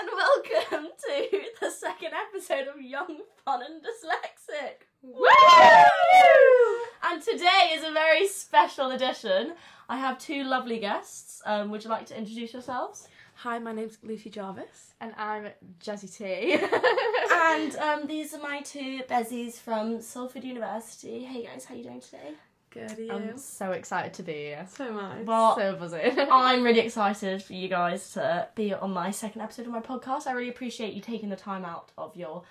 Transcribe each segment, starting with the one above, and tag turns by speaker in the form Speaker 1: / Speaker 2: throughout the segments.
Speaker 1: Welcome to the second episode of Young, Fun and Dyslexic. Woo! And today is a very special edition. I have two lovely guests. Um, would you like to introduce yourselves?
Speaker 2: Hi, my name's Lucy Jarvis.
Speaker 3: And I'm Jazzy T.
Speaker 1: And um, these are my two bezies from Salford University. Hey guys, how you doing today?
Speaker 2: Good, are you?
Speaker 3: I'm so excited to be here.
Speaker 2: so am I.
Speaker 1: Well,
Speaker 3: so buzzing.
Speaker 1: I'm really excited for you guys to be on my second episode of my podcast. I really appreciate you taking the time out of your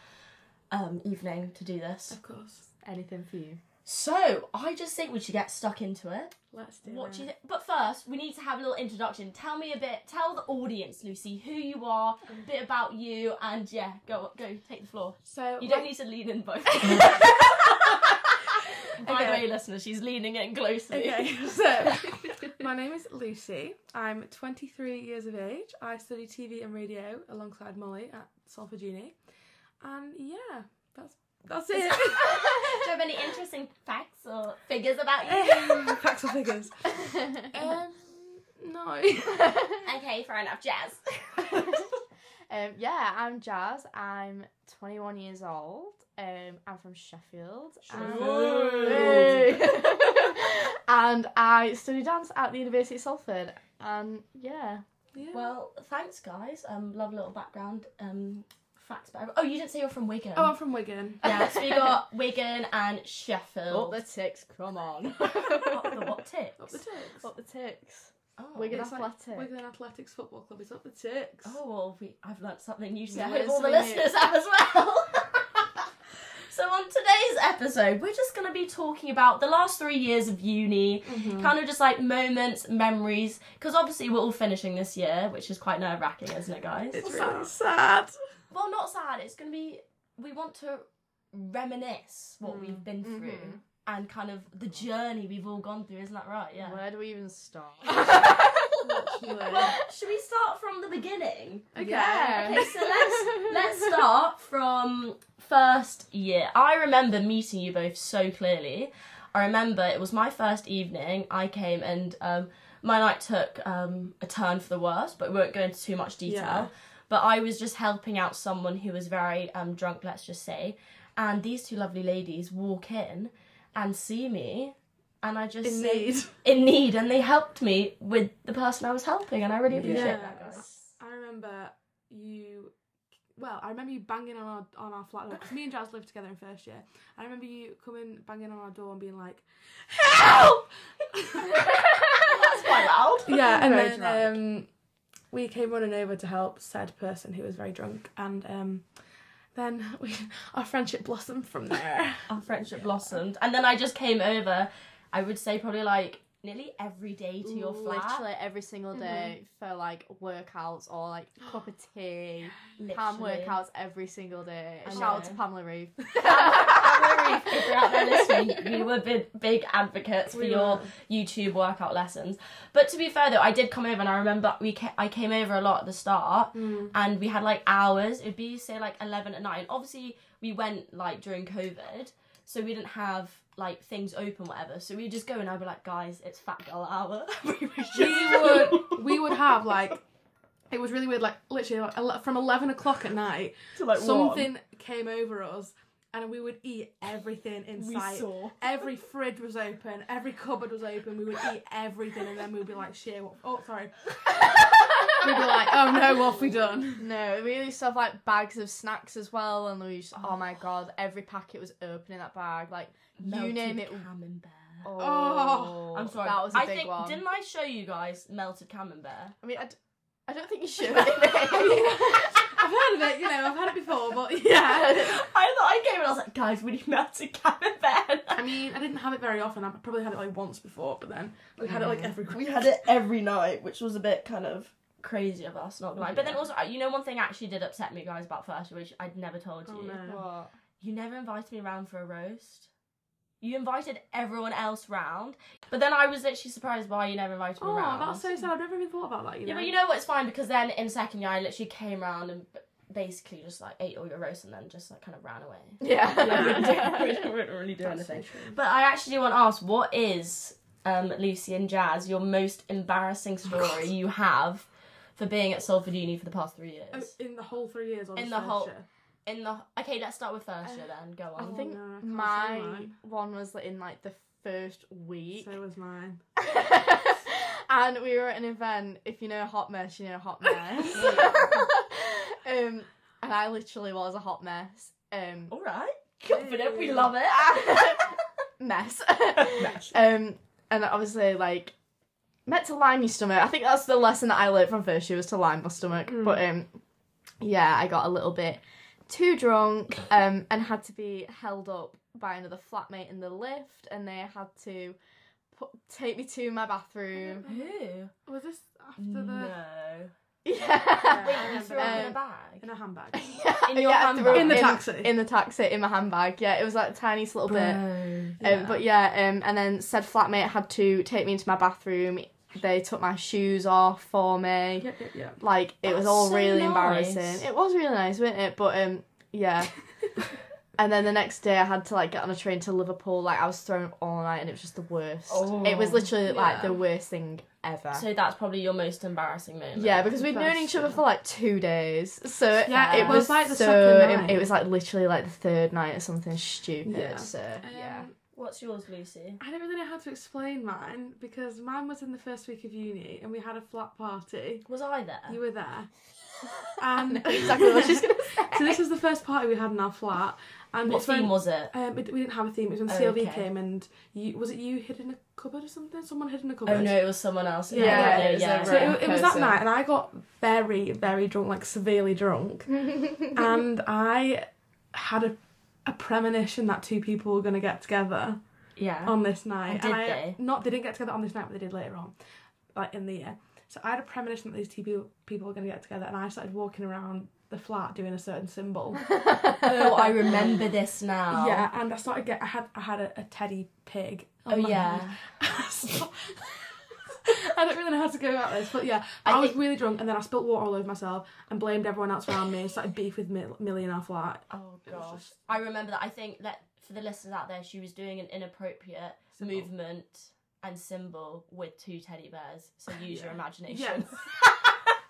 Speaker 1: um, evening to do this.
Speaker 2: Of course.
Speaker 3: Anything for you.
Speaker 1: So I just think we should get stuck into it.
Speaker 2: Let's do
Speaker 1: What
Speaker 2: that.
Speaker 1: do you? Th- but first, we need to have a little introduction. Tell me a bit. Tell the audience, Lucy, who you are, a bit about you, and yeah, go go take the floor.
Speaker 2: so,
Speaker 1: You
Speaker 2: what-
Speaker 1: don't need to lean in both. By the
Speaker 2: Okay.
Speaker 1: way, listeners, she's leaning in closely.
Speaker 2: Okay, so my name is Lucy. I'm 23 years of age. I study TV and radio alongside Molly at Salford Uni. And yeah, that's that's
Speaker 1: Do you
Speaker 2: it.
Speaker 1: have any interesting facts or figures about you?
Speaker 2: Facts or figures? Um, no.
Speaker 1: Okay, fair enough, Jazz.
Speaker 3: um, yeah, I'm Jazz. I'm 21 years old. Um, I'm from Sheffield. and-
Speaker 2: Sheffield.
Speaker 3: Hey. and I study dance at the University of Salford. And yeah.
Speaker 2: Yeah.
Speaker 1: well, thanks, guys. Um, love a little background um, facts about. Oh, you didn't say you're from Wigan.
Speaker 2: oh, I'm from Wigan.
Speaker 1: Yeah, so we got Wigan and Sheffield.
Speaker 3: ticks, come on.
Speaker 1: Up the what ticks?
Speaker 2: Up the ticks.
Speaker 3: Up the ticks.
Speaker 1: Oh.
Speaker 3: Wigan
Speaker 2: It's like
Speaker 3: Athletic.
Speaker 2: Wigan Athletics Football Club is up the ticks.
Speaker 1: Oh, well, we, I've learnt something new today.
Speaker 3: Yeah,
Speaker 1: I hope all the
Speaker 3: isn't it?
Speaker 1: listeners have as well. so, on today's episode, we're just going to be talking about the last three years of uni, kind of just like moments, memories, because obviously we're all finishing this year, which is quite nerve wracking, isn't it, guys?
Speaker 2: It's
Speaker 1: Sad.
Speaker 2: really sad.
Speaker 1: Well, not sad. It's going to be, we want to reminisce what we've been through.
Speaker 3: mhm.
Speaker 1: And kind of the journey we've all gone through, isn't that right? Yeah.
Speaker 3: Where do we even start?
Speaker 1: Well, should we start from the beginning?
Speaker 2: Okay.
Speaker 3: Yeah.
Speaker 1: Okay, so let's let's start from first year. I remember meeting you both so clearly. I remember it was my first evening. I came and um, my night took um, a turn for the worse, but we won't go into too much detail.
Speaker 2: Yeah.
Speaker 1: But I was just helping out someone who was very um, drunk, let's just say. And these two lovely ladies walk in and see me, and I just
Speaker 2: In
Speaker 1: say-
Speaker 2: need.
Speaker 1: in need, and they helped me with the person I was helping, and I really appreciate
Speaker 2: Yeah.
Speaker 1: that, guys.
Speaker 2: I remember you. Well, I remember you banging on our on our flat door because me and Jazz lived together in first year. I remember you coming banging on our door and being like, "Help!"
Speaker 1: That's quite loud.
Speaker 2: yeah, and
Speaker 3: Very
Speaker 2: then um, we came running over to help said person who was very drunk, and um, then we our friendship blossomed from there.
Speaker 1: Our friendship blossomed, and then I just came over. I would say probably like nearly every day to your flat.
Speaker 3: Literally every
Speaker 1: Mm-hmm.
Speaker 3: single day for like workouts or like cup of tea.
Speaker 1: Literally.
Speaker 3: Pam workouts every single day.
Speaker 1: I
Speaker 3: Shout out
Speaker 1: know.
Speaker 3: to Pamela Reeve.
Speaker 1: Don't worry, if you're out there listening, we were big, big advocates for
Speaker 2: We
Speaker 1: your
Speaker 2: were.
Speaker 1: YouTube workout lessons. But to be fair though, I did come over, and I remember we ca- I came over a lot at the start, and we had like hours. It'd be say like eleven at night. Obviously, we went like during COVID, so we didn't have like things open, whatever. So we just go, and I'd be like, guys, it's fat girl hour. we would just-
Speaker 2: we would we would have like. It was really weird, like literally like, ele- from eleven o'clock at night,
Speaker 1: to like
Speaker 2: something came over us, and we would eat everything in
Speaker 1: we
Speaker 2: sight.
Speaker 1: saw.
Speaker 2: every fridge was open, every cupboard was open. We would eat everything, and then we'd be like, "Shit, what? Oh, sorry." we'd be like, "Oh no, what have we done?"
Speaker 3: No, we used to have like bags of snacks as well, and we used to, oh. my god, every packet was open in that bag. Like you name it.
Speaker 1: camembert.
Speaker 3: Oh,
Speaker 2: Oh,
Speaker 1: I'm sorry.
Speaker 3: that was a
Speaker 1: I
Speaker 3: big
Speaker 1: think,
Speaker 3: one.
Speaker 1: Didn't I show you guys melted camembert?
Speaker 3: I mean, I, d- I don't think you should.
Speaker 2: I've heard of it, you know, I've had it before, but yeah.
Speaker 1: I thought I came and I was like, guys, we need melted camembert.
Speaker 2: I mean, I didn't have it very often. I probably had it like once before, but then we had it like every.
Speaker 1: we had it every night, which was a bit kind of crazy of us, not gonna lie. But then
Speaker 3: Yeah.
Speaker 1: also, I- you know, one thing actually did upset me, guys, about first, year, which I'd never told you.
Speaker 2: Oh no.
Speaker 3: What?
Speaker 1: You never invited me round for a roast. You invited everyone else round, but then I was literally surprised why you never invited me
Speaker 2: Oh,
Speaker 1: round.
Speaker 2: that's so sad. I've never even thought about that. You know.
Speaker 1: Yeah, but you know what? It's fine because then in second year, I literally came round and b- basically just like ate all your roast and then just like kind of ran away.
Speaker 3: Yeah.
Speaker 1: I wouldn't really do
Speaker 2: That's so
Speaker 1: anything.
Speaker 2: true.
Speaker 1: But I actually want to ask, what Oh, is um, Lucy and Jazz your most embarrassing story you have for being at Salford Uni for the past three years.
Speaker 2: Oh, in the whole three years, or
Speaker 1: In
Speaker 2: just
Speaker 1: the whole-
Speaker 2: first year?
Speaker 1: Um, In the okay, let's start with first year then. Go
Speaker 3: I
Speaker 2: Oh,
Speaker 1: on.
Speaker 3: think
Speaker 2: no, I can't say
Speaker 3: my
Speaker 2: mine.
Speaker 3: one was in like the first week.
Speaker 2: So was mine.
Speaker 3: and we were at an event. If you know a hot mess, you know a hot mess. um, and I literally was a hot mess. Um,
Speaker 1: All right, confident. We
Speaker 2: Hey.
Speaker 1: love
Speaker 3: mess.
Speaker 1: it.
Speaker 3: um, and obviously, like, meant to line your stomach. I think that's the lesson that I learned from first year was to line my stomach.
Speaker 2: Mm.
Speaker 3: But um, yeah, I got a little bit too drunk um, and had to be held up by another flatmate in the lift, and they had to put, take me to my bathroom.
Speaker 1: Who?
Speaker 2: Was this after the
Speaker 1: No.
Speaker 3: Yeah.
Speaker 1: Wait,
Speaker 2: I
Speaker 1: you
Speaker 2: remember
Speaker 1: threw up in a
Speaker 3: Um,
Speaker 1: bag.
Speaker 2: in a handbag?
Speaker 1: In your
Speaker 3: I
Speaker 1: handbag?
Speaker 3: threw it
Speaker 2: In the taxi.
Speaker 3: In the taxi, in my handbag. Yeah, it was like the tiniest little bit.
Speaker 1: Bro.
Speaker 3: Um, but yeah, um, and then said flatmate had to take me into my bathroom. They took my shoes off for me.
Speaker 2: yeah, yeah, yeah.
Speaker 3: Like it was
Speaker 1: That's
Speaker 3: all
Speaker 1: so
Speaker 3: really
Speaker 1: nice.
Speaker 3: embarrassing. It was really nice, wasn't it? But um, yeah. and then the next day, I had to like get on a train to Liverpool. Like I was thrown up all night, and it was just the worst.
Speaker 1: Oh.
Speaker 3: it was literally like
Speaker 2: Yeah.
Speaker 3: the worst thing ever.
Speaker 1: So that's probably your most embarrassing moment.
Speaker 3: yeah, because we'd known each other for like two days, so it,
Speaker 2: Yeah,
Speaker 1: it
Speaker 3: it
Speaker 1: was
Speaker 3: was
Speaker 2: like the
Speaker 3: so.
Speaker 2: second
Speaker 3: it-
Speaker 2: night.
Speaker 3: It, was like literally like the third night or something stupid.
Speaker 2: Yeah.
Speaker 3: So yeah.
Speaker 2: Um,
Speaker 1: What's yours, Lucy?
Speaker 2: I don't really know how to explain mine because mine was in the first week of uni and we had a flat party.
Speaker 1: Was I there?
Speaker 2: You were there.
Speaker 3: I
Speaker 2: Um,
Speaker 3: know exactly what she's gonna
Speaker 2: so this was the first party we had in our flat. And
Speaker 1: what
Speaker 2: it's when-
Speaker 1: theme was it?
Speaker 2: Um, it, we didn't have a theme. It was when CLV
Speaker 1: Okay.
Speaker 2: came and you was it you hid in a cupboard or something? Someone hid in a cupboard.
Speaker 1: Oh no, it was someone else.
Speaker 2: Yeah,
Speaker 1: yeah,
Speaker 3: it was
Speaker 1: yeah.
Speaker 3: a
Speaker 2: So it, it was that
Speaker 3: Person.
Speaker 2: night, and I got very, very drunk, like severely drunk,
Speaker 3: say.
Speaker 2: and I had a, a premonition that two people were going to get together
Speaker 1: yeah.
Speaker 2: on this night.
Speaker 1: And did
Speaker 2: I,
Speaker 1: they?
Speaker 2: Not they didn't get together on this night, but they did later on, like in the year. So I had a premonition that these two people, people were going to get together, and I started walking around the flat doing a certain symbol.
Speaker 1: oh, I remember this now.
Speaker 2: Yeah, and I started get. I had I had a, a teddy pig. on
Speaker 1: Oh
Speaker 2: my
Speaker 1: yeah.
Speaker 2: hand. I don't really know how to go about this, but yeah,
Speaker 1: I
Speaker 2: I, was
Speaker 1: think-
Speaker 2: really drunk, and then I spilt water all over myself and blamed everyone else around me. and Started beef with Mil- Millie in our flat.
Speaker 1: Oh
Speaker 2: It was
Speaker 1: gosh,
Speaker 2: just-
Speaker 1: I remember that. I think that for the listeners out there, she was doing an inappropriate
Speaker 2: Symbol.
Speaker 1: movement and symbol with two teddy bears. So use your
Speaker 2: Yeah.
Speaker 1: imagination.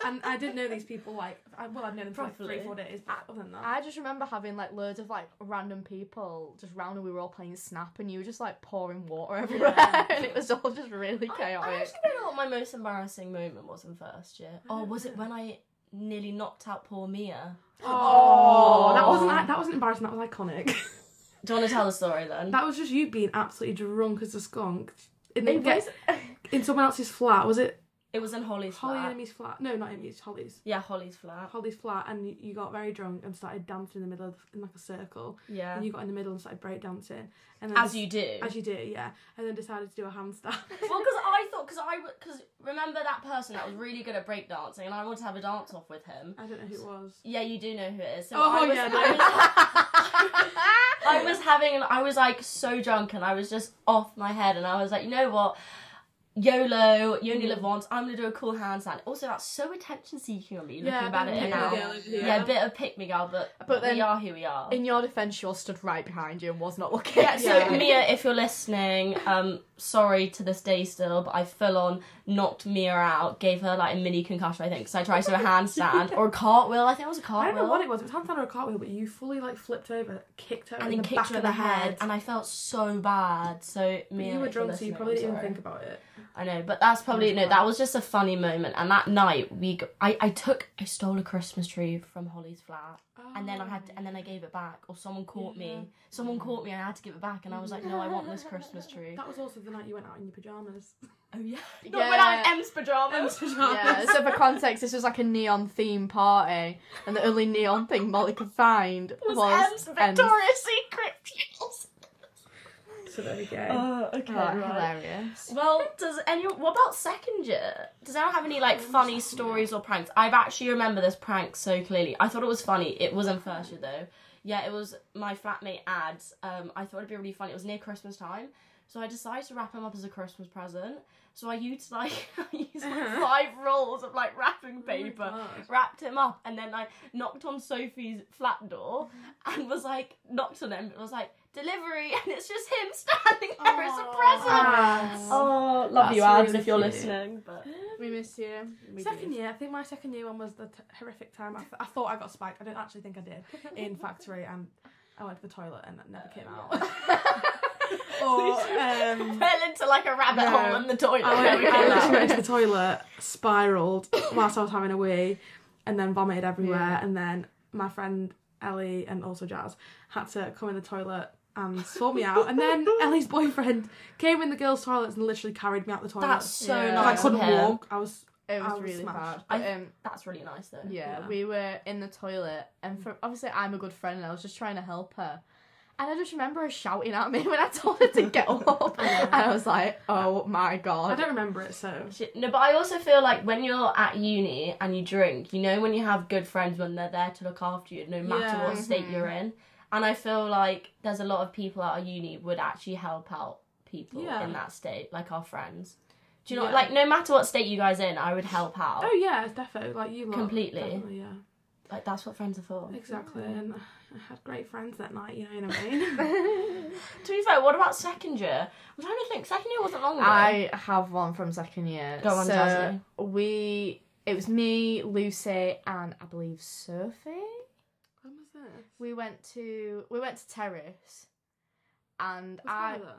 Speaker 2: and I didn't know these people like I, well, I've known them for like three,
Speaker 1: Properly.
Speaker 2: four days, but other than that,
Speaker 3: I just remember having like loads of like random people just round and we were all playing Snap and you were just like pouring water everywhere and it was all just really
Speaker 1: I, I
Speaker 3: chaotic.
Speaker 1: actually don't know what my most embarrassing moment was in first year. Oh, was it when I nearly knocked out poor Mia?
Speaker 2: oh, that
Speaker 1: Aw.
Speaker 2: wasn't that wasn't embarrassing. That was iconic.
Speaker 1: Do you want to tell the story then?
Speaker 2: that was just you being absolutely drunk as a skunk. In, the,
Speaker 3: It
Speaker 2: get,
Speaker 3: was-
Speaker 2: in someone else's flat, was it
Speaker 1: it was in Holly's
Speaker 2: Holly
Speaker 1: flat.
Speaker 2: and Amy's flat? No, not Amy's, Holly's.
Speaker 1: Yeah, Holly's flat.
Speaker 2: Holly's flat, and you- you got very drunk and started dancing in the middle of in like a circle.
Speaker 1: Yeah.
Speaker 2: And you got in the middle and started breakdancing. And then
Speaker 1: As
Speaker 2: des-
Speaker 1: you do.
Speaker 2: as you do, yeah. And then decided to do a handstand.
Speaker 1: Well, because I thought, because I, because remember that person that was really good at breakdancing, and I wanted to have a dance off with him.
Speaker 2: I don't know who it was.
Speaker 1: Yeah, you do know who it is. So
Speaker 2: Oh,
Speaker 1: I was,
Speaker 2: yeah,
Speaker 1: I was,
Speaker 2: no.
Speaker 1: I was having, I was like so drunk, and I was just off my head, and I was like, you know what. YOLO, you only live once. I'm gonna do a cool handstand. Also, that's so attention seeking on me. Looking
Speaker 2: Yeah,
Speaker 1: about
Speaker 2: bit
Speaker 1: it
Speaker 2: of
Speaker 1: now,
Speaker 2: pick-me girl over here.
Speaker 1: yeah, a bit of pick me girl, but, but
Speaker 3: then-
Speaker 1: we are who we are.
Speaker 3: In your defense, you all stood right behind you and was not looking.
Speaker 1: Yeah, so
Speaker 2: Yeah.
Speaker 1: Mia, if you're listening, um, sorry to this day still, but I full on knocked Mia out, gave her like a mini concussion, I think, because I tried to do a handstand or a cartwheel. I think it was a
Speaker 2: I don't
Speaker 1: cartwheel.
Speaker 2: know what it was. It was handstand or a cartwheel, but you fully like flipped over, kicked her
Speaker 1: and
Speaker 2: in
Speaker 1: then
Speaker 2: the
Speaker 1: kicked
Speaker 2: back
Speaker 1: her in
Speaker 2: of the
Speaker 1: the head,
Speaker 2: head.
Speaker 1: and I felt so bad. So Mia,
Speaker 2: you were
Speaker 1: if you're
Speaker 2: drunk, so you
Speaker 1: listening,
Speaker 2: probably
Speaker 1: I'm
Speaker 2: didn't even
Speaker 1: sorry.
Speaker 2: think about it.
Speaker 1: I know, but that's probably
Speaker 2: It was
Speaker 1: no.
Speaker 2: bad.
Speaker 1: That was just a funny moment, and that night we, g- I, I took, I stole a Christmas tree from Holly's flat, and then I had, to, and then I gave it back, or someone caught
Speaker 2: Yeah. Mm.
Speaker 1: me. Someone caught me, and I had to give it back, and I was like, no, I want this Christmas tree.
Speaker 2: That was also the night you went out in your pajamas.
Speaker 1: Oh yeah.
Speaker 3: Not when I was
Speaker 1: M's pajamas.
Speaker 3: Yeah, so for context, this was like a neon theme party, and the only neon thing Molly could find was, M's.
Speaker 1: Secret.
Speaker 2: So there we go.
Speaker 1: Oh, okay.
Speaker 3: Oh,
Speaker 1: right.
Speaker 3: Hilarious.
Speaker 1: Well, does anyone? What about second year? Does anyone have any like funny stories or pranks? I've actually remember this prank so clearly. I thought it was funny. It wasn't first year though. Yeah, it was my flatmate ads. Um, I thought it'd be really funny. It was near Christmas time, so I decided to wrap him up as a Christmas present. So I used like I used like
Speaker 2: Uh-huh.
Speaker 1: five rolls of like wrapping
Speaker 2: Oh my
Speaker 1: paper.
Speaker 2: God.
Speaker 1: wrapped him up and then I knocked on Sophie's flat door and was like knocked on him and was like, delivery, and it's just him standing there as a
Speaker 2: Aw.
Speaker 1: present.
Speaker 2: Ah.
Speaker 3: Ads.
Speaker 1: Oh, love
Speaker 3: That's
Speaker 1: you, ads,
Speaker 3: really
Speaker 1: if you're
Speaker 3: cute.
Speaker 1: listening. But
Speaker 3: We miss you.
Speaker 1: we
Speaker 2: second
Speaker 1: do.
Speaker 2: year, I think my second year one was the t- horrific time. I, th- I thought I got spiked. I didn't actually think I did in factory, and I went to the toilet and it never came out. or um,
Speaker 1: fell into like a rabbit
Speaker 2: No. Oh,
Speaker 1: hole in the toilet.
Speaker 2: I
Speaker 1: Never
Speaker 2: went, I
Speaker 1: came
Speaker 2: literally
Speaker 1: out.
Speaker 2: went to the toilet, spiraled whilst I was having a wee, and then vomited everywhere.
Speaker 3: Yeah.
Speaker 2: And then my friend Ellie and also Jazz had to come in the toilet and sort me out. And then Ellie's boyfriend came in the girls' toilets and literally carried me out the toilet.
Speaker 1: That's so
Speaker 3: Yeah.
Speaker 2: I
Speaker 1: nice.
Speaker 2: couldn't
Speaker 1: of him.
Speaker 2: walk. I was
Speaker 3: It
Speaker 2: I was
Speaker 3: was really
Speaker 2: smashed.
Speaker 3: bad. But,
Speaker 1: I-
Speaker 3: um,
Speaker 1: That's really nice though.
Speaker 3: yeah,
Speaker 2: Yeah.
Speaker 3: we were in the toilet, and for, obviously I'm a good friend, and I was just trying to help her. And I just remember her shouting at me when I told her to get up, and I was like, "Oh my
Speaker 2: I
Speaker 3: god!"
Speaker 2: don't remember it, so
Speaker 1: Shit, No, but I also feel like when you're at uni and you drink, you know, when you have good friends, when they're there to look after you, no matter
Speaker 2: Yeah.
Speaker 1: what state
Speaker 3: Mhm.
Speaker 1: you're in. And I feel like there's a lot of people at our uni would actually help out people
Speaker 2: Yeah.
Speaker 1: in that state, like our friends. Do you know,
Speaker 2: Yeah.
Speaker 1: like no matter what state you guys in, I would help out.
Speaker 2: oh yeah, defo like you lot,
Speaker 1: Completely.
Speaker 2: definitely, yeah.
Speaker 1: Like that's what friends are for.
Speaker 2: Exactly, and I had great friends that night. You know what I mean?
Speaker 1: To be fair, what about second year? I'm trying to think. Second year wasn't long ago.
Speaker 3: I have one from second year.
Speaker 1: Go on,
Speaker 3: so
Speaker 1: Jazzy.
Speaker 3: we, it was me, Lucy, and I believe Sophie.
Speaker 2: when was this?
Speaker 3: we went to we went to terrace and
Speaker 2: Was
Speaker 3: i
Speaker 2: Tyler?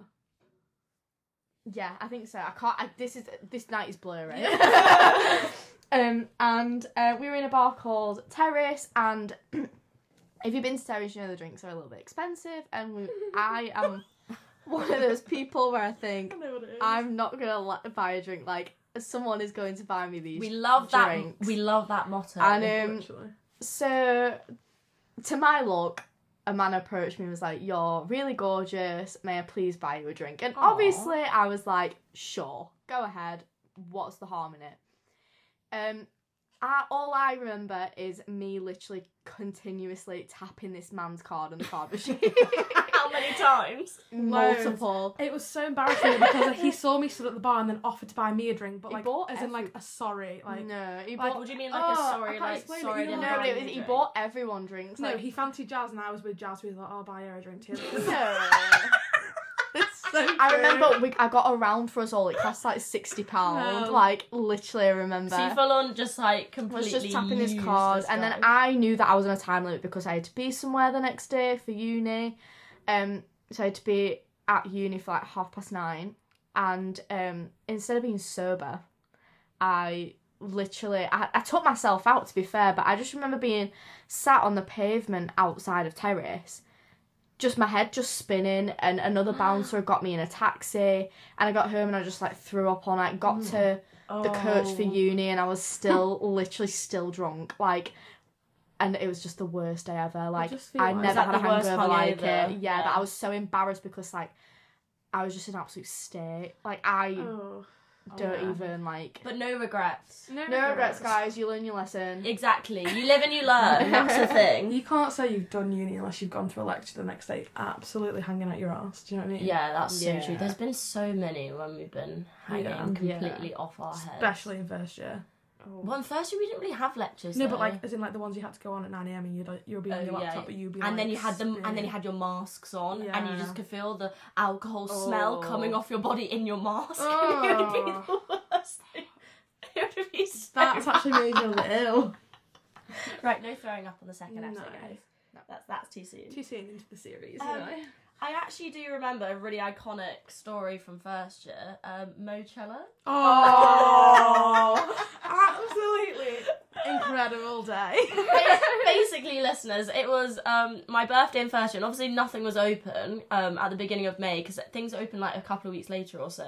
Speaker 3: yeah i think so i can't I, this is this night is blurry
Speaker 2: Yeah.
Speaker 3: um and uh, we were in a bar called terrace and if you've been to terrace you know the drinks are a little bit expensive and we, i am one of those people where i think
Speaker 2: I know what it is.
Speaker 3: i'm not gonna li- buy a drink like someone is going to buy me these
Speaker 1: we love that.
Speaker 3: drinks.
Speaker 1: We love that motto.
Speaker 3: And, uh, um,
Speaker 2: Literally.
Speaker 3: So, to my luck, a man approached me and was like, You're really gorgeous. May I please buy you a drink? And
Speaker 1: Aw.
Speaker 3: obviously, I was like, Sure, go ahead. What's the harm in it? Um, I, all I remember is me literally continuously tapping this man's card on the card machine.
Speaker 1: How many times?
Speaker 2: Loads.
Speaker 3: Multiple.
Speaker 2: It was so embarrassing because like, he saw me stood at the bar and then offered to buy me a drink, but
Speaker 3: He
Speaker 2: like
Speaker 3: bought
Speaker 2: as in like a sorry, like no,
Speaker 3: no, he
Speaker 2: like,
Speaker 3: bought.
Speaker 1: What do you mean, like a
Speaker 2: oh, I
Speaker 1: sorry,
Speaker 2: can't
Speaker 1: like
Speaker 2: explain it,
Speaker 1: sorry?
Speaker 2: you
Speaker 1: didn't
Speaker 2: know,
Speaker 1: buy
Speaker 3: no, but it
Speaker 1: you
Speaker 3: was,
Speaker 1: a
Speaker 3: he
Speaker 1: drink?
Speaker 3: bought everyone drinks. Like,
Speaker 2: he fancied jazz and I was with jazz. We was like, I'll buy her a drink too.
Speaker 3: no.
Speaker 2: It's so
Speaker 3: I
Speaker 2: true.
Speaker 3: remember we, I got a round for us all. It cost like sixty pound.
Speaker 2: No.
Speaker 3: Like literally, I remember.
Speaker 1: So you full on just like
Speaker 3: was
Speaker 1: completely
Speaker 3: just tapping his
Speaker 1: used
Speaker 3: card,
Speaker 1: this
Speaker 3: and then
Speaker 1: guy.
Speaker 3: I knew that I was on a time limit because I had to be somewhere the next day for uni. Um, so I had to be at uni for like half past nine, and um, instead of being sober, I literally I, I took myself out to be fair, but I just remember being sat on the pavement outside of terrace. Just my head just spinning, and another bouncer got me in a taxi, and I got home and I just like threw up all night. Got
Speaker 1: Mm.
Speaker 3: to the coach for
Speaker 1: Oh.
Speaker 3: uni and I was still literally still drunk like and it was just the worst day ever like
Speaker 2: just feel
Speaker 3: I
Speaker 2: like-
Speaker 3: never
Speaker 1: Is that
Speaker 3: had a
Speaker 1: the worst
Speaker 3: hangover like it yeah,
Speaker 1: hungover?
Speaker 3: but
Speaker 1: Yeah.
Speaker 3: I was so embarrassed because like I was just in absolute state like I
Speaker 2: Oh.
Speaker 3: don't
Speaker 1: yeah.
Speaker 3: even like
Speaker 1: But no regrets.
Speaker 3: no regrets guys you learn your lesson
Speaker 1: Exactly. You live and you learn. That's the thing.
Speaker 2: You can't say you've done uni unless you've gone to a lecture the next day, absolutely hanging out your ass. Do you know what I mean?
Speaker 1: Yeah, that's so
Speaker 3: Yeah.
Speaker 1: true. There's been so many when we've been hanging
Speaker 2: Yeah.
Speaker 1: completely off our heads.
Speaker 2: Especially in first year.
Speaker 1: Well, in first year we didn't really have lectures.
Speaker 2: No,
Speaker 1: though.
Speaker 2: but like as in like the ones you had to go on at nine a.m. and you'd like, you'll be on
Speaker 1: Oh,
Speaker 2: your
Speaker 1: yeah.
Speaker 2: laptop, but you'd be
Speaker 1: and
Speaker 2: like,
Speaker 1: then you had them, and then you
Speaker 2: spinning.
Speaker 1: had your masks on, and you
Speaker 2: Yeah.
Speaker 1: just could feel the alcohol smell
Speaker 3: Oh.
Speaker 1: coming off your body in your mask. it would be the
Speaker 3: Oh.
Speaker 1: worst. thing. It would be so
Speaker 2: That's actually made you a little ill.
Speaker 1: Right, no throwing up on the second episode,
Speaker 2: No.
Speaker 1: guys. That's that's too soon.
Speaker 2: Too soon into the series.
Speaker 1: Um, I actually do remember a really iconic story from first year. Um, Mochella.
Speaker 2: Oh, absolutely incredible day.
Speaker 1: Basically, listeners, it was um, my birthday in first year, and obviously nothing was open um, at the beginning of May because things opened like a couple of weeks later or so,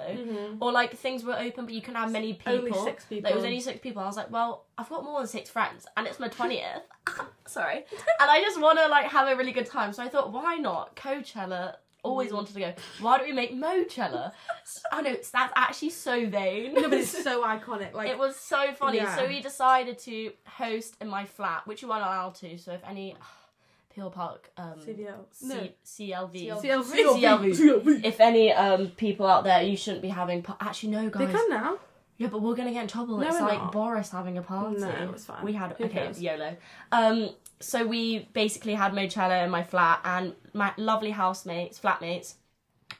Speaker 1: or like things were open but you couldn't have many people.
Speaker 2: Mm. Only six
Speaker 1: Like, it was
Speaker 2: people.
Speaker 1: only six people. I was like, well, I've got more than six friends, and it's my twentieth. Sorry, and I just want to like have a really good time. So I thought, why not Coachella? Always
Speaker 2: Mm.
Speaker 1: wanted to go. Why don't we make Mochella? S- I know it's- that's actually so vain.
Speaker 2: No, but it's so iconic. Like
Speaker 1: It was so funny.
Speaker 2: Yeah.
Speaker 1: So we decided to host in my flat, which you weren't allowed to. So if any Peel Park um,
Speaker 2: CVL.
Speaker 1: C- CLV,
Speaker 3: CLV.
Speaker 2: CLV.
Speaker 1: CLV. if any um, people out there, you shouldn't be having. Pa- Actually, no,
Speaker 2: They
Speaker 1: guys.
Speaker 2: can now.
Speaker 1: Yeah, but we're gonna get in trouble.
Speaker 2: No,
Speaker 1: it's
Speaker 2: we're
Speaker 1: like
Speaker 2: not.
Speaker 1: Boris having a party.
Speaker 2: No, it was fine.
Speaker 1: We had
Speaker 2: Who
Speaker 1: okay,
Speaker 2: cares?
Speaker 1: YOLO. Um, so we basically had Mochella in my flat, and my lovely housemates, flatmates,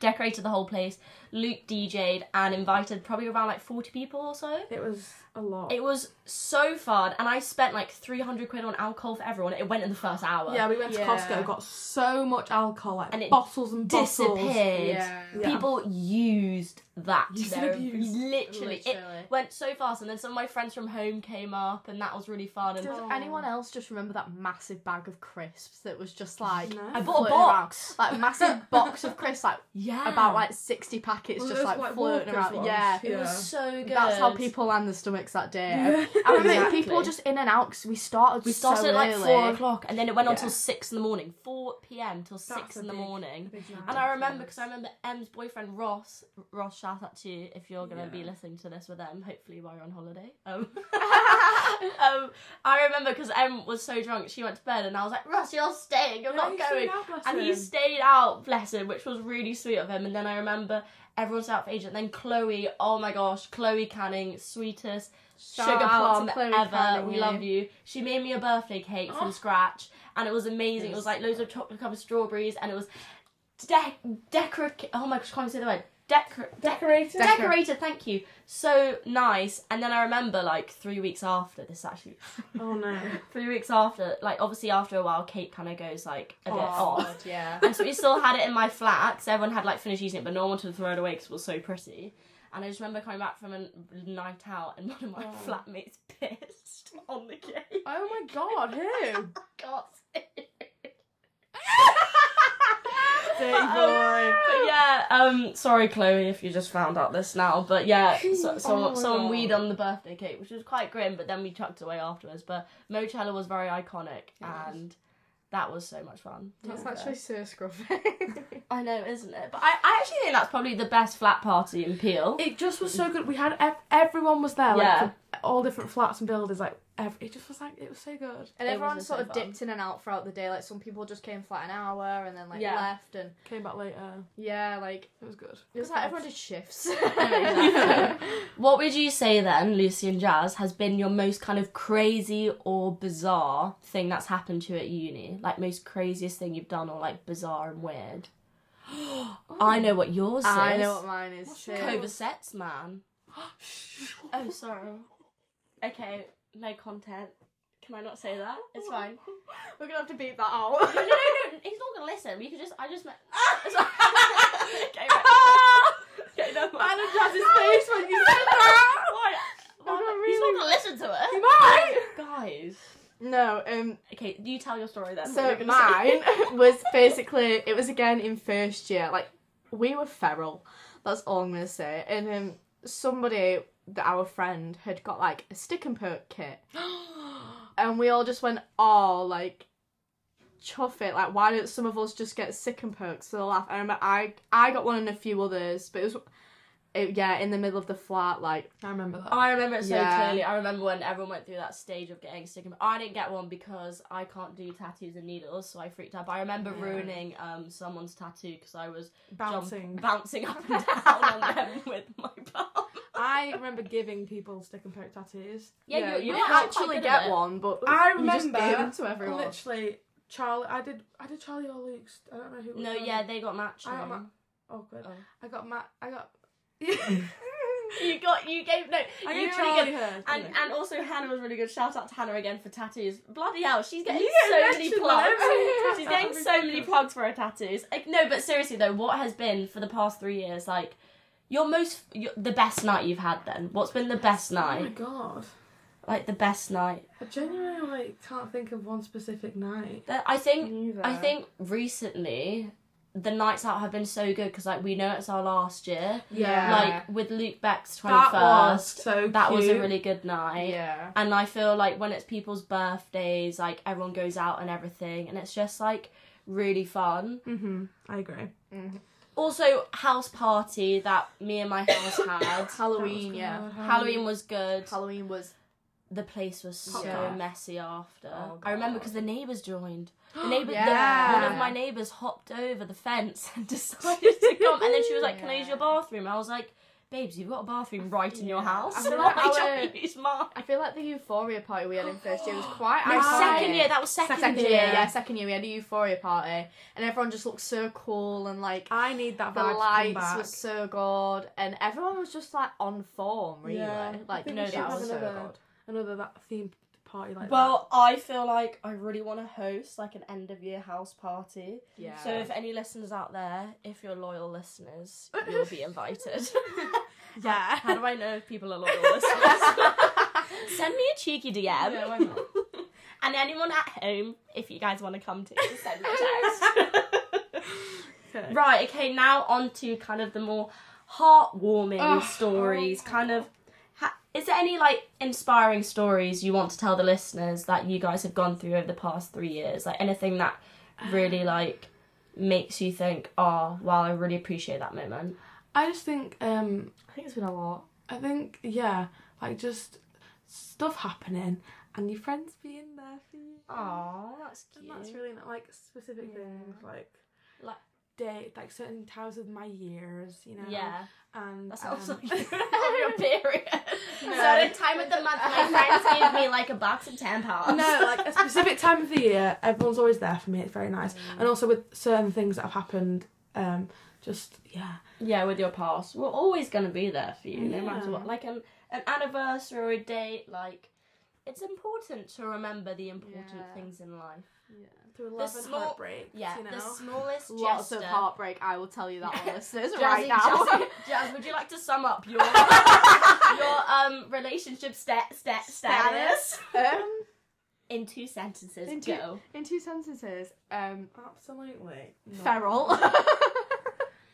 Speaker 1: decorated the whole place. Luke DJ'd and invited probably around like forty people or so.
Speaker 2: It was a lot.
Speaker 1: It was so fun, and I spent like three hundred quid on alcohol for everyone. It went in the first hour.
Speaker 2: yeah, we went to
Speaker 3: Yeah.
Speaker 2: Costco, got so much alcohol, like
Speaker 1: And it
Speaker 2: bottles and bottles.
Speaker 1: disappeared.
Speaker 2: Yeah.
Speaker 1: People used that.
Speaker 2: Used
Speaker 1: They're-
Speaker 2: and abused.
Speaker 1: Literally, it went so fast, and then some of my friends from home came up, and that was really fun. And
Speaker 3: Does
Speaker 2: Oh.
Speaker 3: anyone else just remember that massive bag of crisps that was just like
Speaker 2: No.
Speaker 1: I bought a
Speaker 3: floating
Speaker 1: box.
Speaker 3: around? like massive box of crisps, like
Speaker 1: Yeah,
Speaker 3: about like sixty packets,
Speaker 2: Well,
Speaker 3: just
Speaker 2: those,
Speaker 3: like,
Speaker 2: like,
Speaker 3: floating
Speaker 2: Walkers
Speaker 3: around.
Speaker 2: ones.
Speaker 3: Yeah,
Speaker 1: it
Speaker 2: Yeah.
Speaker 1: was so good.
Speaker 3: that's how people land the stomachs that day.
Speaker 2: Yeah.
Speaker 3: I remember
Speaker 1: Exactly.
Speaker 3: people just in and out because we started.
Speaker 1: We started
Speaker 3: so
Speaker 1: at like
Speaker 3: early.
Speaker 1: four o'clock, and then it went on
Speaker 2: Yeah.
Speaker 1: till six in the morning, four p.m. till six
Speaker 2: a
Speaker 1: in the
Speaker 2: big-
Speaker 1: morning.
Speaker 2: Big night.
Speaker 1: And I remember because I remember Em's boyfriend Ross. Ross, shout out to you if you're gonna be
Speaker 2: Yeah.
Speaker 1: listening to this with Em, hopefully while you're on holiday. Um, um, I remember because Em was so drunk, she went to bed, and I was like, Ross, you're staying, you're not
Speaker 2: Yeah,
Speaker 1: going.
Speaker 2: you see now, bless
Speaker 1: And he
Speaker 2: him.
Speaker 1: stayed out, bless him, which was really sweet of him. And then I remember everyone was out for ages. And then Chloe, oh my gosh, Chloe Canning, sweetest
Speaker 3: Shout
Speaker 1: sugar
Speaker 3: out to
Speaker 1: plum
Speaker 3: Chloe
Speaker 1: ever.
Speaker 3: Canning.
Speaker 1: We love you. She made me a birthday cake
Speaker 2: Oh.
Speaker 1: from scratch, and it was amazing. It was like loads of chocolate covered strawberries, and it was de- decorative. Oh my gosh, can't even say the word. Decor-
Speaker 2: Decorated.
Speaker 3: Decor-
Speaker 1: decorated. Thank you. So nice. And then I remember like three weeks after this actually.
Speaker 2: oh no.
Speaker 1: Three weeks after, like obviously after a while, cake kind of goes like a bit
Speaker 3: Oh,
Speaker 1: off.
Speaker 3: God, yeah.
Speaker 1: And so we still had it in my flat because everyone had like finished using it, but no one wanted to throw it away because it was so pretty. And I just remember coming back from a night out and one of my
Speaker 2: Oh.
Speaker 1: flatmates pissed on the cake.
Speaker 3: Oh my god, who?
Speaker 1: God.
Speaker 2: Dirty boy.
Speaker 1: But yeah, um, sorry Chloe if you just found out this now, but yeah, so, so,
Speaker 3: Oh my
Speaker 1: someone
Speaker 3: God.
Speaker 1: weed on the birthday cake, which was quite grim, but then we chucked away afterwards. But Mochella was very iconic,
Speaker 2: Yes.
Speaker 1: and that was so much fun.
Speaker 3: That's
Speaker 1: Yeah.
Speaker 3: actually so scruffy.
Speaker 1: I know, isn't it? But I, I actually think that's probably the best flat party in Peel.
Speaker 2: It just was so good. We had ev- everyone was there, like
Speaker 1: Yeah.
Speaker 2: from all different flats and buildings. Like ev- it just was like it was so good.
Speaker 3: and
Speaker 1: It
Speaker 3: everyone
Speaker 1: was
Speaker 3: sort of
Speaker 1: so fun.
Speaker 3: dipped in and out throughout the day. Like some people just came for like an hour and then like
Speaker 1: Yeah.
Speaker 3: left and
Speaker 2: Came back later.
Speaker 3: yeah, like
Speaker 2: It was good.
Speaker 3: it was like everyone did shifts.
Speaker 1: exactly. What would you say then, Lucy and Jazz, has been your most kind of crazy or bizarre thing that's happened to you at uni? Like most craziest thing you've done or like bizarre and weird?
Speaker 2: Oh.
Speaker 1: I know what yours is.
Speaker 3: I know what mine is
Speaker 2: What's
Speaker 3: too.
Speaker 2: yours?
Speaker 1: Cover sets, man.
Speaker 2: oh,
Speaker 1: sorry. Okay, no content. Can I not say that? It's fine.
Speaker 3: We're gonna have to beat that out.
Speaker 1: No, no, no, no, he's not gonna listen. We could just, I just met. okay, right. okay, no,
Speaker 2: and Jazz's face when you said that.
Speaker 1: Why? Why-
Speaker 2: not
Speaker 1: He's
Speaker 2: really-
Speaker 1: not gonna listen to it.
Speaker 2: You might.
Speaker 1: Guys.
Speaker 3: No, um,
Speaker 1: Okay, you tell your story then.
Speaker 3: so
Speaker 1: what you're gonna say.
Speaker 3: mine was basically it was again in first year. Like we were feral. That's all I'm gonna say. And um, somebody that our friend had got like a stick and poke kit, and we all just went, oh, like. Chuff it! Like, why don't some of us just get sick and pokes for the laugh? I remember I I got one and a few others, but it was, it, yeah, in the middle of the flat, like
Speaker 2: I remember that.
Speaker 1: I remember it so
Speaker 3: Yeah.
Speaker 1: clearly. I remember when everyone went through that stage of getting stick and I didn't get one because I can't do tattoos and needles, so I freaked out. But I remember
Speaker 2: Yeah.
Speaker 1: ruining um someone's tattoo because I was
Speaker 2: Bouncing.
Speaker 1: jump- bouncing up and down on them with my palm.
Speaker 2: I remember giving people stick and poke tattoos.
Speaker 1: Yeah, you, you
Speaker 3: you
Speaker 1: were
Speaker 3: didn't
Speaker 1: actually
Speaker 3: actually
Speaker 1: quite good
Speaker 3: get
Speaker 1: at it.
Speaker 3: one, but
Speaker 2: I
Speaker 3: you just
Speaker 2: remember
Speaker 3: gave them to everyone.
Speaker 2: Literally, Charlie. I did. I did Charlie or Luke's. I don't know who. it was
Speaker 1: No,
Speaker 2: on.
Speaker 1: yeah, they got matched.
Speaker 2: I got
Speaker 1: no.
Speaker 2: Awkward.
Speaker 1: Oh.
Speaker 2: I got Matt. I got.
Speaker 1: You got you gave no.
Speaker 2: I
Speaker 1: you really
Speaker 2: gave Charlie Oh
Speaker 1: good.
Speaker 2: hers.
Speaker 1: And
Speaker 2: didn't I?
Speaker 1: and also Hannah was really good. Shout out to Hannah again for tattoos. Bloody hell, she's getting
Speaker 2: You get
Speaker 1: so many
Speaker 2: mentioned
Speaker 1: plugs.
Speaker 2: every
Speaker 1: She's
Speaker 2: time.
Speaker 1: getting so many plugs for her tattoos. Like, no, but seriously though, what has been for the past three years like your most your, the best night you've had? Then what's been the best
Speaker 2: Oh my
Speaker 1: night?
Speaker 2: god.
Speaker 1: Like the best night.
Speaker 2: I genuinely like can't think of one specific night.
Speaker 1: That I think
Speaker 3: Neither.
Speaker 1: I think recently the nights out have been so good because like we know it's our last year.
Speaker 3: Yeah.
Speaker 1: Like with Luke Beck's twenty
Speaker 2: That
Speaker 1: first.
Speaker 2: was so
Speaker 1: that was a
Speaker 2: cute.
Speaker 1: really good night.
Speaker 3: yeah.
Speaker 1: And I feel like when it's people's birthdays, like everyone goes out and everything, and it's just like really fun.
Speaker 2: Mm-hmm. I agree.
Speaker 3: Mm-hmm.
Speaker 1: Also, house party that me and my house had.
Speaker 3: Halloween, yeah.
Speaker 1: Halloween was good.
Speaker 3: Halloween was
Speaker 1: The place was so
Speaker 3: Yeah.
Speaker 1: messy after.
Speaker 3: Oh,
Speaker 1: I remember
Speaker 3: God.
Speaker 1: because the neighbours joined. The neighbour, the-
Speaker 3: Yeah.
Speaker 1: one of my neighbours hopped over the fence and decided to come. And then she was like, "Can I use your bathroom?" I was like, babes, you've got a bathroom right in your
Speaker 3: Yeah.
Speaker 1: house.
Speaker 3: I feel
Speaker 1: Why
Speaker 3: like our-
Speaker 1: don't you use mine?
Speaker 3: I feel like the Euphoria party we had in first year was quite.
Speaker 1: No,
Speaker 2: I-
Speaker 3: iconic.
Speaker 1: second year. That was second,
Speaker 3: second
Speaker 1: year.
Speaker 3: year, yeah, second year we had a Euphoria party, and everyone just looked so cool and like
Speaker 2: I need that
Speaker 3: the
Speaker 2: vibe to come
Speaker 3: lights
Speaker 2: back.
Speaker 3: were so good, and everyone was just like on form, really.
Speaker 2: Yeah, I
Speaker 3: like
Speaker 2: think
Speaker 1: we
Speaker 3: no,
Speaker 1: should
Speaker 3: that
Speaker 1: have
Speaker 3: was
Speaker 2: another-
Speaker 3: so
Speaker 2: Another that themed party like
Speaker 1: Well, I feel like I really want to host like an end of year house party.
Speaker 3: good. Yeah.
Speaker 1: So if any listeners out there, if you're loyal listeners, you'll be invited.
Speaker 2: that.
Speaker 1: How do I know if people are loyal listeners? Send me a cheeky DM.
Speaker 2: Yeah, why not?
Speaker 1: and anyone at home, if you guys want to come to, just send me a text.
Speaker 2: Okay.
Speaker 1: right. Okay. Now on to kind of the more heartwarming
Speaker 3: Oh,
Speaker 1: stories. Kind of. Ha- is there any like inspiring stories you want to tell the listeners that you guys have gone through over the past three years? Like anything that really like makes you think, oh wow, I really appreciate that moment.
Speaker 2: I just think um
Speaker 3: I think it's been a lot.
Speaker 2: I think yeah, like just stuff happening and your friends being there for you.
Speaker 1: Oh, that's
Speaker 2: And
Speaker 1: cute.
Speaker 2: that's really not like specific
Speaker 3: Yeah.
Speaker 2: things like
Speaker 1: Like-
Speaker 2: date like certain times of my years, you know.
Speaker 1: yeah.
Speaker 2: And
Speaker 1: That
Speaker 2: um,
Speaker 1: sounds like you're on your period.
Speaker 3: No.
Speaker 1: So in time of the month, my friends gave me like a box of ten pounds.
Speaker 2: no, like a specific time of the year, everyone's always there for me. It's very nice,
Speaker 1: Mm.
Speaker 2: and also with certain things that have happened, um, just yeah,
Speaker 1: Yeah, with your past, we're always gonna be there for you, no matter
Speaker 2: Yeah.
Speaker 1: what. Like an an anniversary or a date, like it's important to remember the important
Speaker 3: Yeah.
Speaker 1: things in life.
Speaker 2: through love and
Speaker 1: small-
Speaker 2: heartbreaks,
Speaker 1: Yeah,
Speaker 2: you know.
Speaker 1: the smallest
Speaker 3: Lots
Speaker 1: gesture.
Speaker 3: of heartbreak. I will tell you that,
Speaker 1: Yeah.
Speaker 3: one, listeners,
Speaker 1: Jazzy,
Speaker 3: right now.
Speaker 1: Jazzy, Jazz, would you like to sum up your your um relationship stat stat status
Speaker 3: um,
Speaker 1: in two sentences?
Speaker 3: In two-
Speaker 1: Go.
Speaker 3: in two sentences, um,
Speaker 2: Absolutely. not.
Speaker 3: feral.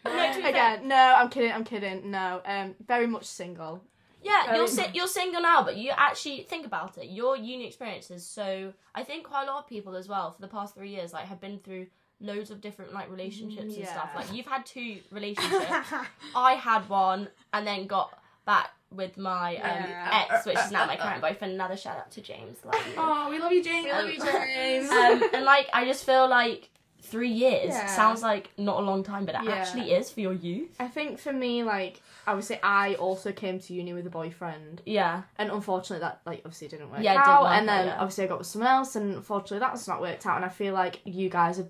Speaker 1: No, to be fair,
Speaker 3: Again, no, I'm kidding. I'm kidding. No, um, very much single.
Speaker 1: Yeah,
Speaker 3: Um,
Speaker 1: you're si- you're single now, but you actually think about it. Your uni experience is so. I think quite a lot of people as well for the past three years, like, have been through loads of different like relationships and stuff.
Speaker 3: Yeah.
Speaker 1: Like, you've had two relationships. I had one, and then got back with my um,
Speaker 3: Yeah.
Speaker 1: ex, which is now my current boyfriend. Another shout out to James. Love you.
Speaker 2: Oh, we love you, James.
Speaker 1: We love you,
Speaker 3: James.
Speaker 1: um, and like, I just feel like three years
Speaker 3: Yeah.
Speaker 1: sounds like not a long time, but it
Speaker 3: Yeah.
Speaker 1: actually is for your youth.
Speaker 3: I think for me, like obviously, I also came to uni with a boyfriend,
Speaker 1: Yeah,
Speaker 3: and unfortunately, that like obviously didn't work
Speaker 1: Yeah, it
Speaker 3: out.
Speaker 1: didn't work
Speaker 3: and
Speaker 1: out,
Speaker 3: then
Speaker 1: yeah.
Speaker 3: obviously, I got with someone else, and unfortunately, that's not worked out. And I feel like you guys are,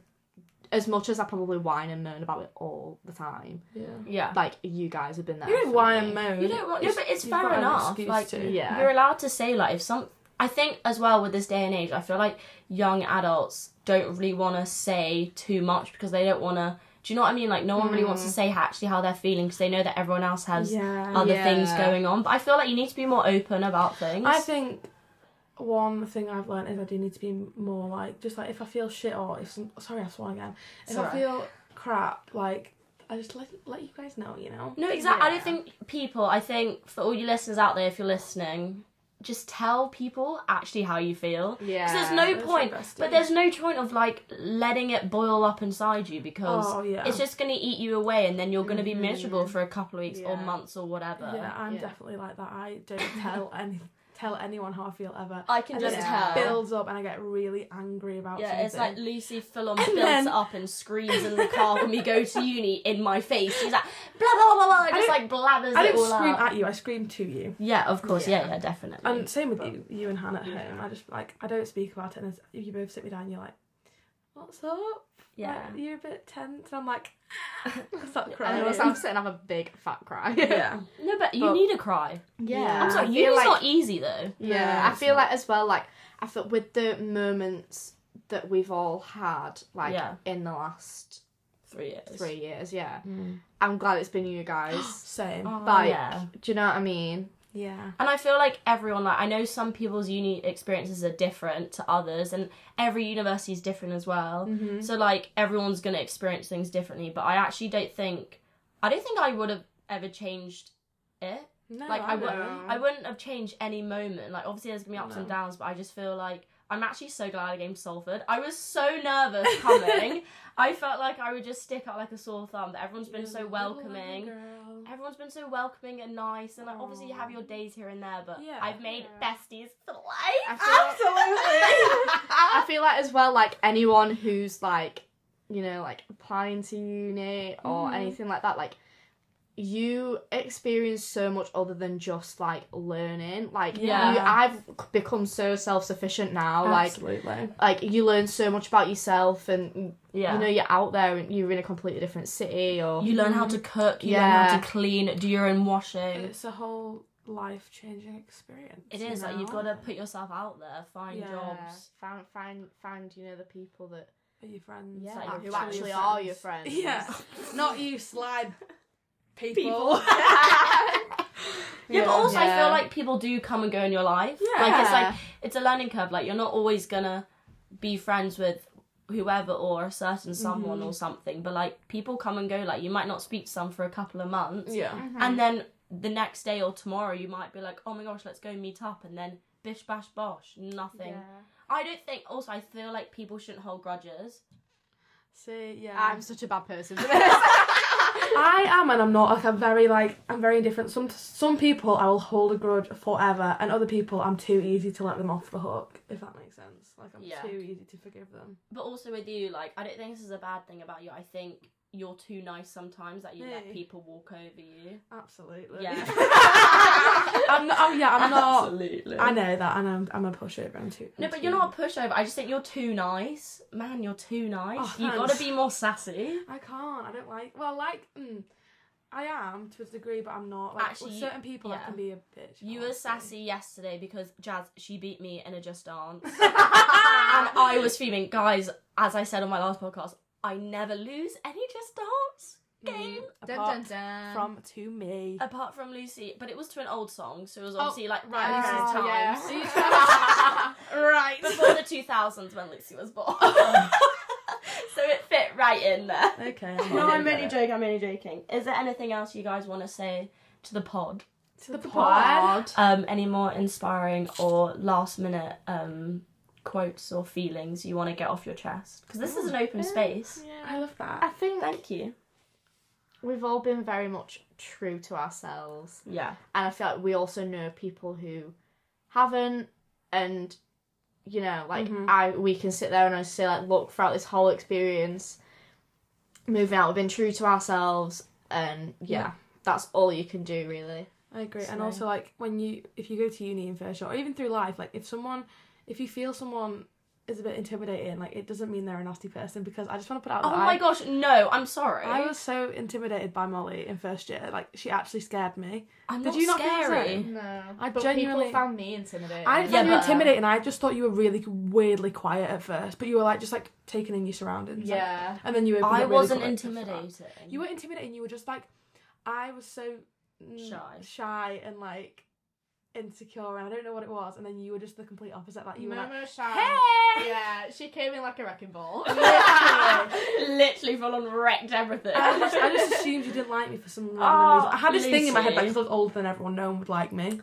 Speaker 3: as much as I probably whine and moan about it all the time,
Speaker 2: Yeah.
Speaker 1: yeah.
Speaker 3: like you guys have been there.
Speaker 2: You
Speaker 3: for
Speaker 2: don't whine
Speaker 3: me.
Speaker 2: and moan.
Speaker 1: You don't want, no, but it's
Speaker 2: You've
Speaker 1: fair
Speaker 2: got an
Speaker 1: enough.
Speaker 2: excuse
Speaker 1: Like,
Speaker 2: to.
Speaker 3: Yeah.
Speaker 1: you're allowed to say like if some i think as well with this day and age i feel like young adults don't really want to say too much because they don't want to do you know what i mean like no one really wants to say actually how they're feeling because they know that everyone else has
Speaker 2: Hmm. Yeah.
Speaker 1: other things
Speaker 3: Yeah.
Speaker 1: going on but i feel like you need to be more open about things
Speaker 2: I think one thing I've learned is I do need to be more like just like if I feel shit or if some, sorry I swore again if
Speaker 1: It's
Speaker 2: I
Speaker 1: alright.
Speaker 2: feel crap like I just let let you guys know you know
Speaker 1: no exactly i
Speaker 3: Yeah.
Speaker 1: don't think people i think for all you listeners out there if you're listening just tell people actually how you feel 'Cause
Speaker 3: Yeah.
Speaker 1: there's no
Speaker 2: That's
Speaker 1: point
Speaker 2: the best
Speaker 1: but
Speaker 2: thing.
Speaker 1: there's no point of like letting it boil up inside you because
Speaker 2: oh yeah Mm.
Speaker 1: it's just gonna eat you away and then you're gonna be
Speaker 3: Mhm.
Speaker 1: miserable for a couple of weeks or
Speaker 3: Yeah.
Speaker 1: months or whatever
Speaker 2: yeah I'm
Speaker 3: Yeah.
Speaker 2: definitely like that I don't tell any tell anyone how I feel ever
Speaker 1: i can
Speaker 2: And
Speaker 1: just
Speaker 2: then
Speaker 3: Yeah.
Speaker 1: tell
Speaker 2: it builds up and I get really angry about
Speaker 1: yeah
Speaker 2: something
Speaker 1: it's like lucy full on
Speaker 2: And
Speaker 1: builds
Speaker 2: then-
Speaker 1: it up and screams in the car when we go to uni in my face she's like blah blah blah blah and
Speaker 2: I
Speaker 1: just
Speaker 2: don't-
Speaker 1: like blathers
Speaker 2: I
Speaker 1: it all
Speaker 2: don't scream
Speaker 1: out
Speaker 2: at you I Um, scream to you
Speaker 1: yeah of course yeah
Speaker 3: Yeah.
Speaker 1: yeah, definitely
Speaker 2: and same with you you and Hannah at
Speaker 3: Yeah.
Speaker 2: home I just like I don't speak about it and it's- you both sit me down and you're like what's up
Speaker 1: yeah
Speaker 2: Like, you're a bit tense. And I'm like, stop
Speaker 3: And
Speaker 2: crying.
Speaker 3: then I'm sitting and have a big fat cry.
Speaker 2: yeah.
Speaker 1: no but you
Speaker 3: But-
Speaker 1: need a cry
Speaker 3: Yeah.
Speaker 1: i'm
Speaker 3: I
Speaker 1: sorry
Speaker 3: feel
Speaker 1: uni's
Speaker 3: like-
Speaker 1: not easy though
Speaker 3: Yeah,
Speaker 2: No,
Speaker 3: I
Speaker 2: it's
Speaker 3: feel
Speaker 2: not.
Speaker 3: like as well, like I feel with the moments that we've all had, like
Speaker 1: Yeah.
Speaker 3: in the last
Speaker 1: three years
Speaker 3: three years, yeah. I'm glad it's been you guys.
Speaker 2: Same.
Speaker 1: Mm. Oh,
Speaker 3: Like,
Speaker 1: yeah.
Speaker 3: do you know what I mean?
Speaker 2: yeah.
Speaker 1: And I feel like everyone, like I know some people's uni experiences are different to others, and every university is different as well. So like everyone's gonna experience things differently. But I actually don't think, I don't think I would have ever changed it.
Speaker 2: No,
Speaker 1: like I, would,
Speaker 3: know.
Speaker 1: I wouldn't have changed any moment. Like obviously there's gonna be ups and
Speaker 2: No.
Speaker 1: downs, but I just feel like I'm actually so glad I came to Salford. I was so nervous coming. I felt like I would just stick out like a sore thumb. But everyone's been so welcoming everyone's been so welcoming and nice and like obviously you have your days here and there but
Speaker 2: Yeah.
Speaker 1: i've made
Speaker 3: Yeah.
Speaker 1: besties for life Ah.
Speaker 3: I feel like as well, like anyone who's like, you know, like applying to uni or
Speaker 2: Mhm.
Speaker 1: Mm.
Speaker 3: anything like that, like you experience so much other than just like learning. Like
Speaker 1: Yeah.
Speaker 3: you, I've become so self sufficient
Speaker 1: Oh,
Speaker 3: now.
Speaker 1: Absolutely.
Speaker 3: Like like you learn so much about yourself, and
Speaker 1: Yeah.
Speaker 3: you know you're out there and you're in a completely different city or
Speaker 1: You learn how to cook, you learn how
Speaker 3: Yeah.
Speaker 1: to clean, do your own washing.
Speaker 2: It's a whole life changing experience.
Speaker 1: It is,
Speaker 2: you
Speaker 1: like, you've
Speaker 2: know?
Speaker 1: got to put yourself out there, find
Speaker 2: Yeah.
Speaker 1: jobs.
Speaker 3: Find find find you know the people that
Speaker 2: Are your friends?
Speaker 3: yeah
Speaker 1: like
Speaker 2: are
Speaker 1: your
Speaker 3: who
Speaker 1: true
Speaker 3: actually are your friends.
Speaker 2: Yeah. Not you, slide people.
Speaker 1: People. Yeah, but also I
Speaker 3: Yeah.
Speaker 1: feel like people do come and go in your life.
Speaker 2: Yeah.
Speaker 1: Like it's like it's a learning curve. Like you're not always gonna be friends with whoever or a certain someone or something. But like people come and go. Like you might not speak to some for a couple of months,
Speaker 2: yeah.
Speaker 3: Mm-hmm.
Speaker 1: and then the next day or tomorrow you might be like, oh my gosh, let's go meet up, and then bish bash bosh, nothing. I don't think. Also, I feel like people shouldn't hold grudges.
Speaker 2: See, yeah.
Speaker 3: I'm such a bad person.
Speaker 2: I am and I'm not. Like I'm very like I'm very indifferent. Some some people I will hold a grudge forever, and other people I'm too easy to let them off the hook. If that makes sense. Like I'm
Speaker 1: Yeah.
Speaker 2: too easy to forgive them.
Speaker 1: But also with you, like I don't think this is a bad thing about you. I think you're too nice sometimes that you
Speaker 2: Hey.
Speaker 1: let people walk over you.
Speaker 2: Absolutely.
Speaker 1: Yeah.
Speaker 2: I'm not, oh yeah, I'm not.
Speaker 1: Absolutely.
Speaker 2: I know that, and I'm I'm a pushover. I'm too.
Speaker 1: No,
Speaker 2: I'm
Speaker 1: but
Speaker 2: too-
Speaker 1: you're not a pushover. I just think you're too nice. Man, you're too nice.
Speaker 2: Oh,
Speaker 1: you
Speaker 2: thanks.
Speaker 1: gotta be more sassy.
Speaker 2: I can't. I don't like. Well, like. Mm, I am to a degree, but I'm not. Like,
Speaker 1: Actually,
Speaker 2: with certain people, I
Speaker 1: yeah.
Speaker 2: can be a bitch.
Speaker 1: You were
Speaker 2: honestly.
Speaker 1: sassy yesterday because Jazz, she beat me in a just dance. and I was fuming. Guys, as I said on my last podcast, I never lose any just dance game.
Speaker 2: Mm, Apart from to me.
Speaker 1: Apart from Lucy, but it was to an old song, so it was obviously like
Speaker 3: right,
Speaker 1: right, Lucy's
Speaker 3: okay.
Speaker 1: time.
Speaker 3: Yeah.
Speaker 1: So you-
Speaker 2: right.
Speaker 1: Before the 2000s when Lucy was born. so it fit right in there.
Speaker 2: okay.
Speaker 1: No, I'm only joking. I'm only joking. Is there anything else you guys want to say to the pod?
Speaker 2: the
Speaker 1: Um, any more inspiring or last minute um, quotes or feelings you want to get off your chest? Because this is an open space.
Speaker 2: I love that.
Speaker 3: I think
Speaker 1: Thank you.
Speaker 3: we've all been very much true to ourselves.
Speaker 1: Yeah.
Speaker 3: and I feel like we also know people who haven't, and you know, like
Speaker 2: Mm-hmm.
Speaker 3: I we can sit there and I say like, look throughout this whole experience, moving out, we've been true to ourselves, and yeah, that's all you can do really.
Speaker 2: I agree. And
Speaker 1: So-
Speaker 2: also, like, when you, if you go to uni in first year, or even through life, like, if someone, if you feel someone is a bit intimidating, like, it doesn't mean they're a nasty person because I just want to put out.
Speaker 1: Oh
Speaker 2: that
Speaker 1: my
Speaker 2: I,
Speaker 1: gosh, no, I'm sorry.
Speaker 2: I was so intimidated by Molly in first year. Like, she actually scared me.
Speaker 1: I'm
Speaker 2: Did
Speaker 1: not
Speaker 2: you not feel the
Speaker 1: scary.
Speaker 2: same?
Speaker 3: No,
Speaker 2: I
Speaker 3: but
Speaker 2: genuinely-
Speaker 3: people found me intimidating.
Speaker 2: I found
Speaker 1: Yeah,
Speaker 2: you
Speaker 1: but- uh,
Speaker 2: intimidating. I just thought you were really weirdly quiet at first, but you were like just like taking in your surroundings. like,
Speaker 3: Yeah.
Speaker 2: and then you were.
Speaker 1: I wasn't
Speaker 2: intimidated.
Speaker 1: intimidated.
Speaker 2: You were intimidating. You were just like, I was so mm,
Speaker 1: Shy.
Speaker 2: shy and like insecure, and I don't know what it was. And then you were just the complete opposite. Like you were like,
Speaker 3: Hey! Um, Yeah, she came in like a wrecking ball.
Speaker 1: literally full on wrecked everything.
Speaker 2: I just, I just assumed you didn't like me for some random
Speaker 1: Oh,
Speaker 2: reason. I had this thing in my head that
Speaker 1: Lucy.
Speaker 2: because I was older than everyone, no one would like me.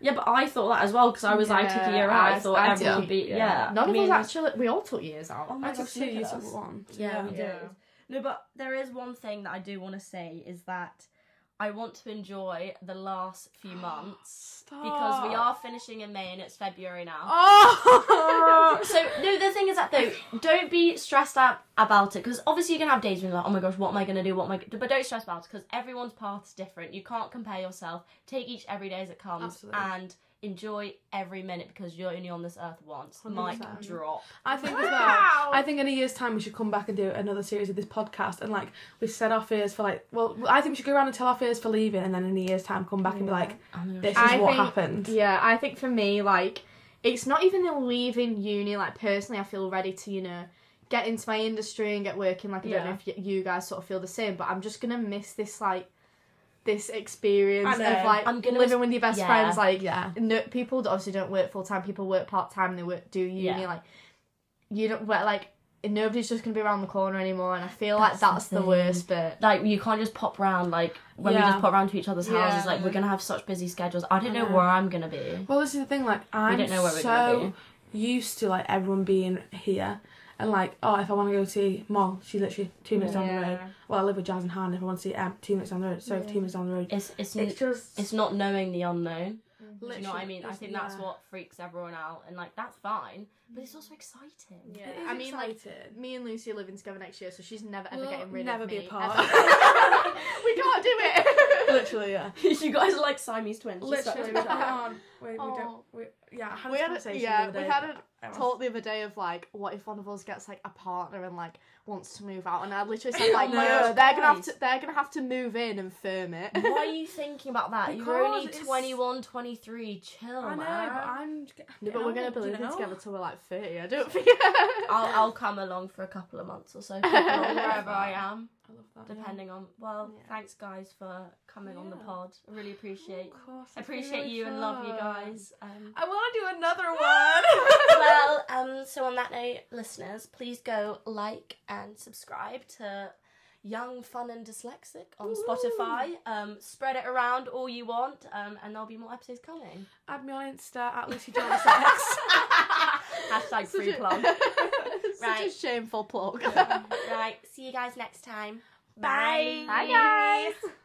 Speaker 1: Yeah, but I thought that as well because I was like, I took a year out. I, thought everyone would be yeah.
Speaker 3: None
Speaker 1: I mean,
Speaker 3: of us actually. We all took years out.
Speaker 1: Oh my
Speaker 2: I took
Speaker 1: gosh,
Speaker 2: two
Speaker 1: look at
Speaker 2: years
Speaker 1: us.
Speaker 2: of one.
Speaker 1: Yeah, we
Speaker 3: Yeah.
Speaker 1: did. No, but there is one thing that I do want to say is that I want to enjoy the last few months
Speaker 2: Stop.
Speaker 1: because we are finishing in May and it's February now.
Speaker 2: Oh.
Speaker 1: So no, the thing is that though, don't be stressed out about it because obviously you can have days when you're like, oh my gosh, what am I gonna do? What am I? g-" But don't stress about it because everyone's path's different. You can't compare yourself. Take each every day as it comes
Speaker 2: Absolutely.
Speaker 1: and enjoy every minute because you're only on this earth once. Mic
Speaker 2: 100%.
Speaker 1: drop.
Speaker 2: I think as well.
Speaker 3: Wow.
Speaker 2: I think in a year's time we should come back and do another series of this podcast and like we set our fears for like. Well, I think we should go around and tell our fears for leaving, and then in a year's time come back and be like, this is
Speaker 3: I
Speaker 2: what
Speaker 3: think-
Speaker 2: happened.
Speaker 3: Yeah, I think for me, like, it's not even the leaving uni. Like, personally, I feel ready to, you know, get into my industry and get working. Like, I don't know
Speaker 1: Yeah.
Speaker 3: if y- you guys sort of feel the same, but I'm just gonna miss this, like, this experience
Speaker 2: I
Speaker 3: of
Speaker 2: know.
Speaker 3: like
Speaker 1: I'm gonna
Speaker 3: living
Speaker 1: miss-
Speaker 3: with your best
Speaker 1: yeah.
Speaker 3: friends. Like,
Speaker 2: Yeah.
Speaker 3: no, people obviously don't work full time. People work part time. They work do uni.
Speaker 1: Yeah.
Speaker 3: Like, you don't. But like, nobody's just gonna be around the corner anymore. And I feel like that's the,
Speaker 1: thing.
Speaker 3: worst bit.
Speaker 1: like you can't just pop round like when we
Speaker 2: Yeah.
Speaker 1: just pop round to each other's
Speaker 3: Yeah.
Speaker 1: houses like we're gonna have such busy schedules i don't know
Speaker 2: know.
Speaker 1: where i'm gonna be
Speaker 2: Well, this is the thing. Like, I'm
Speaker 1: don't know where we're
Speaker 2: so
Speaker 1: gonna
Speaker 2: used to like everyone being here, and like, oh, if I want to go see Mol, she's literally two minutes down the road.
Speaker 3: Yeah.
Speaker 2: Well, I live with Jazz and Han. If I want to see Em, two minutes down the road. So two minutes down the road.
Speaker 1: it's it's,
Speaker 2: It's
Speaker 1: it's,
Speaker 2: just
Speaker 1: it's not knowing the unknown Do you know what I
Speaker 2: Literally,
Speaker 1: mean? I think
Speaker 2: yeah.
Speaker 1: that's what freaks everyone out, and like that's fine, but it's also exciting.
Speaker 3: Yeah.
Speaker 2: It is
Speaker 3: I mean, like,
Speaker 2: exciting.
Speaker 3: me and Lucy are living together next year, so she's never ever
Speaker 2: We'll
Speaker 3: getting rid
Speaker 2: never
Speaker 3: of
Speaker 2: be
Speaker 3: me.
Speaker 2: apart.
Speaker 3: ever. we can't do it.
Speaker 2: literally, yeah.
Speaker 1: you guys are like Siamese twins. just stop
Speaker 2: Literally,
Speaker 1: doing
Speaker 3: that.
Speaker 1: that.
Speaker 2: on. Wait, we
Speaker 3: Aw.
Speaker 2: don't. We, yeah, I had
Speaker 3: we
Speaker 2: this
Speaker 3: had a,
Speaker 2: conversation
Speaker 3: yeah,
Speaker 2: the other
Speaker 3: we
Speaker 2: day
Speaker 3: had a
Speaker 2: that I was-
Speaker 3: talk the other day of like, what if one of us gets like a partner and like wants to move out? And I literally said like,
Speaker 2: No,
Speaker 3: no, they're gonna have
Speaker 1: guys.
Speaker 3: to, they're gonna have to move in and firm it.
Speaker 1: Why are you thinking about that? You're
Speaker 2: Because
Speaker 1: only
Speaker 2: it's-
Speaker 1: 21, 23. Chill,
Speaker 2: I know, but
Speaker 1: man.
Speaker 2: "Oh, I'm.
Speaker 3: No, but we're gonna
Speaker 2: old,
Speaker 3: be
Speaker 2: you
Speaker 3: living
Speaker 2: know?
Speaker 3: together till we're like thirty. I don't think. I'll,
Speaker 1: I'll, I'll come along for a couple of months or so, or wherever I am,
Speaker 2: I love that. yeah.
Speaker 1: depending on. Well,
Speaker 3: Yeah.
Speaker 1: thanks guys for coming on the
Speaker 2: Yeah.
Speaker 1: pod. I really appreciate,
Speaker 2: Oh, Of course,
Speaker 1: I
Speaker 2: it's been
Speaker 1: appreciate
Speaker 2: really
Speaker 1: you and love you
Speaker 2: fun.
Speaker 1: guys. Um,
Speaker 2: I want to do another one.
Speaker 1: well, um, so on that note, listeners, please go like and subscribe to Young, Fun and Dyslexic on
Speaker 2: Woohoo.
Speaker 1: Spotify. Um, spread it around all you want, um, and there'll be more episodes coming.
Speaker 2: Add me on Insta at Lucy Jones X.
Speaker 1: Hashtag
Speaker 3: Such
Speaker 1: free
Speaker 3: a-
Speaker 1: plug.
Speaker 3: Such a
Speaker 1: Right.
Speaker 3: shameful plug.
Speaker 1: right, see you guys next time.
Speaker 2: Bye.
Speaker 1: Bye.
Speaker 3: Bye guys.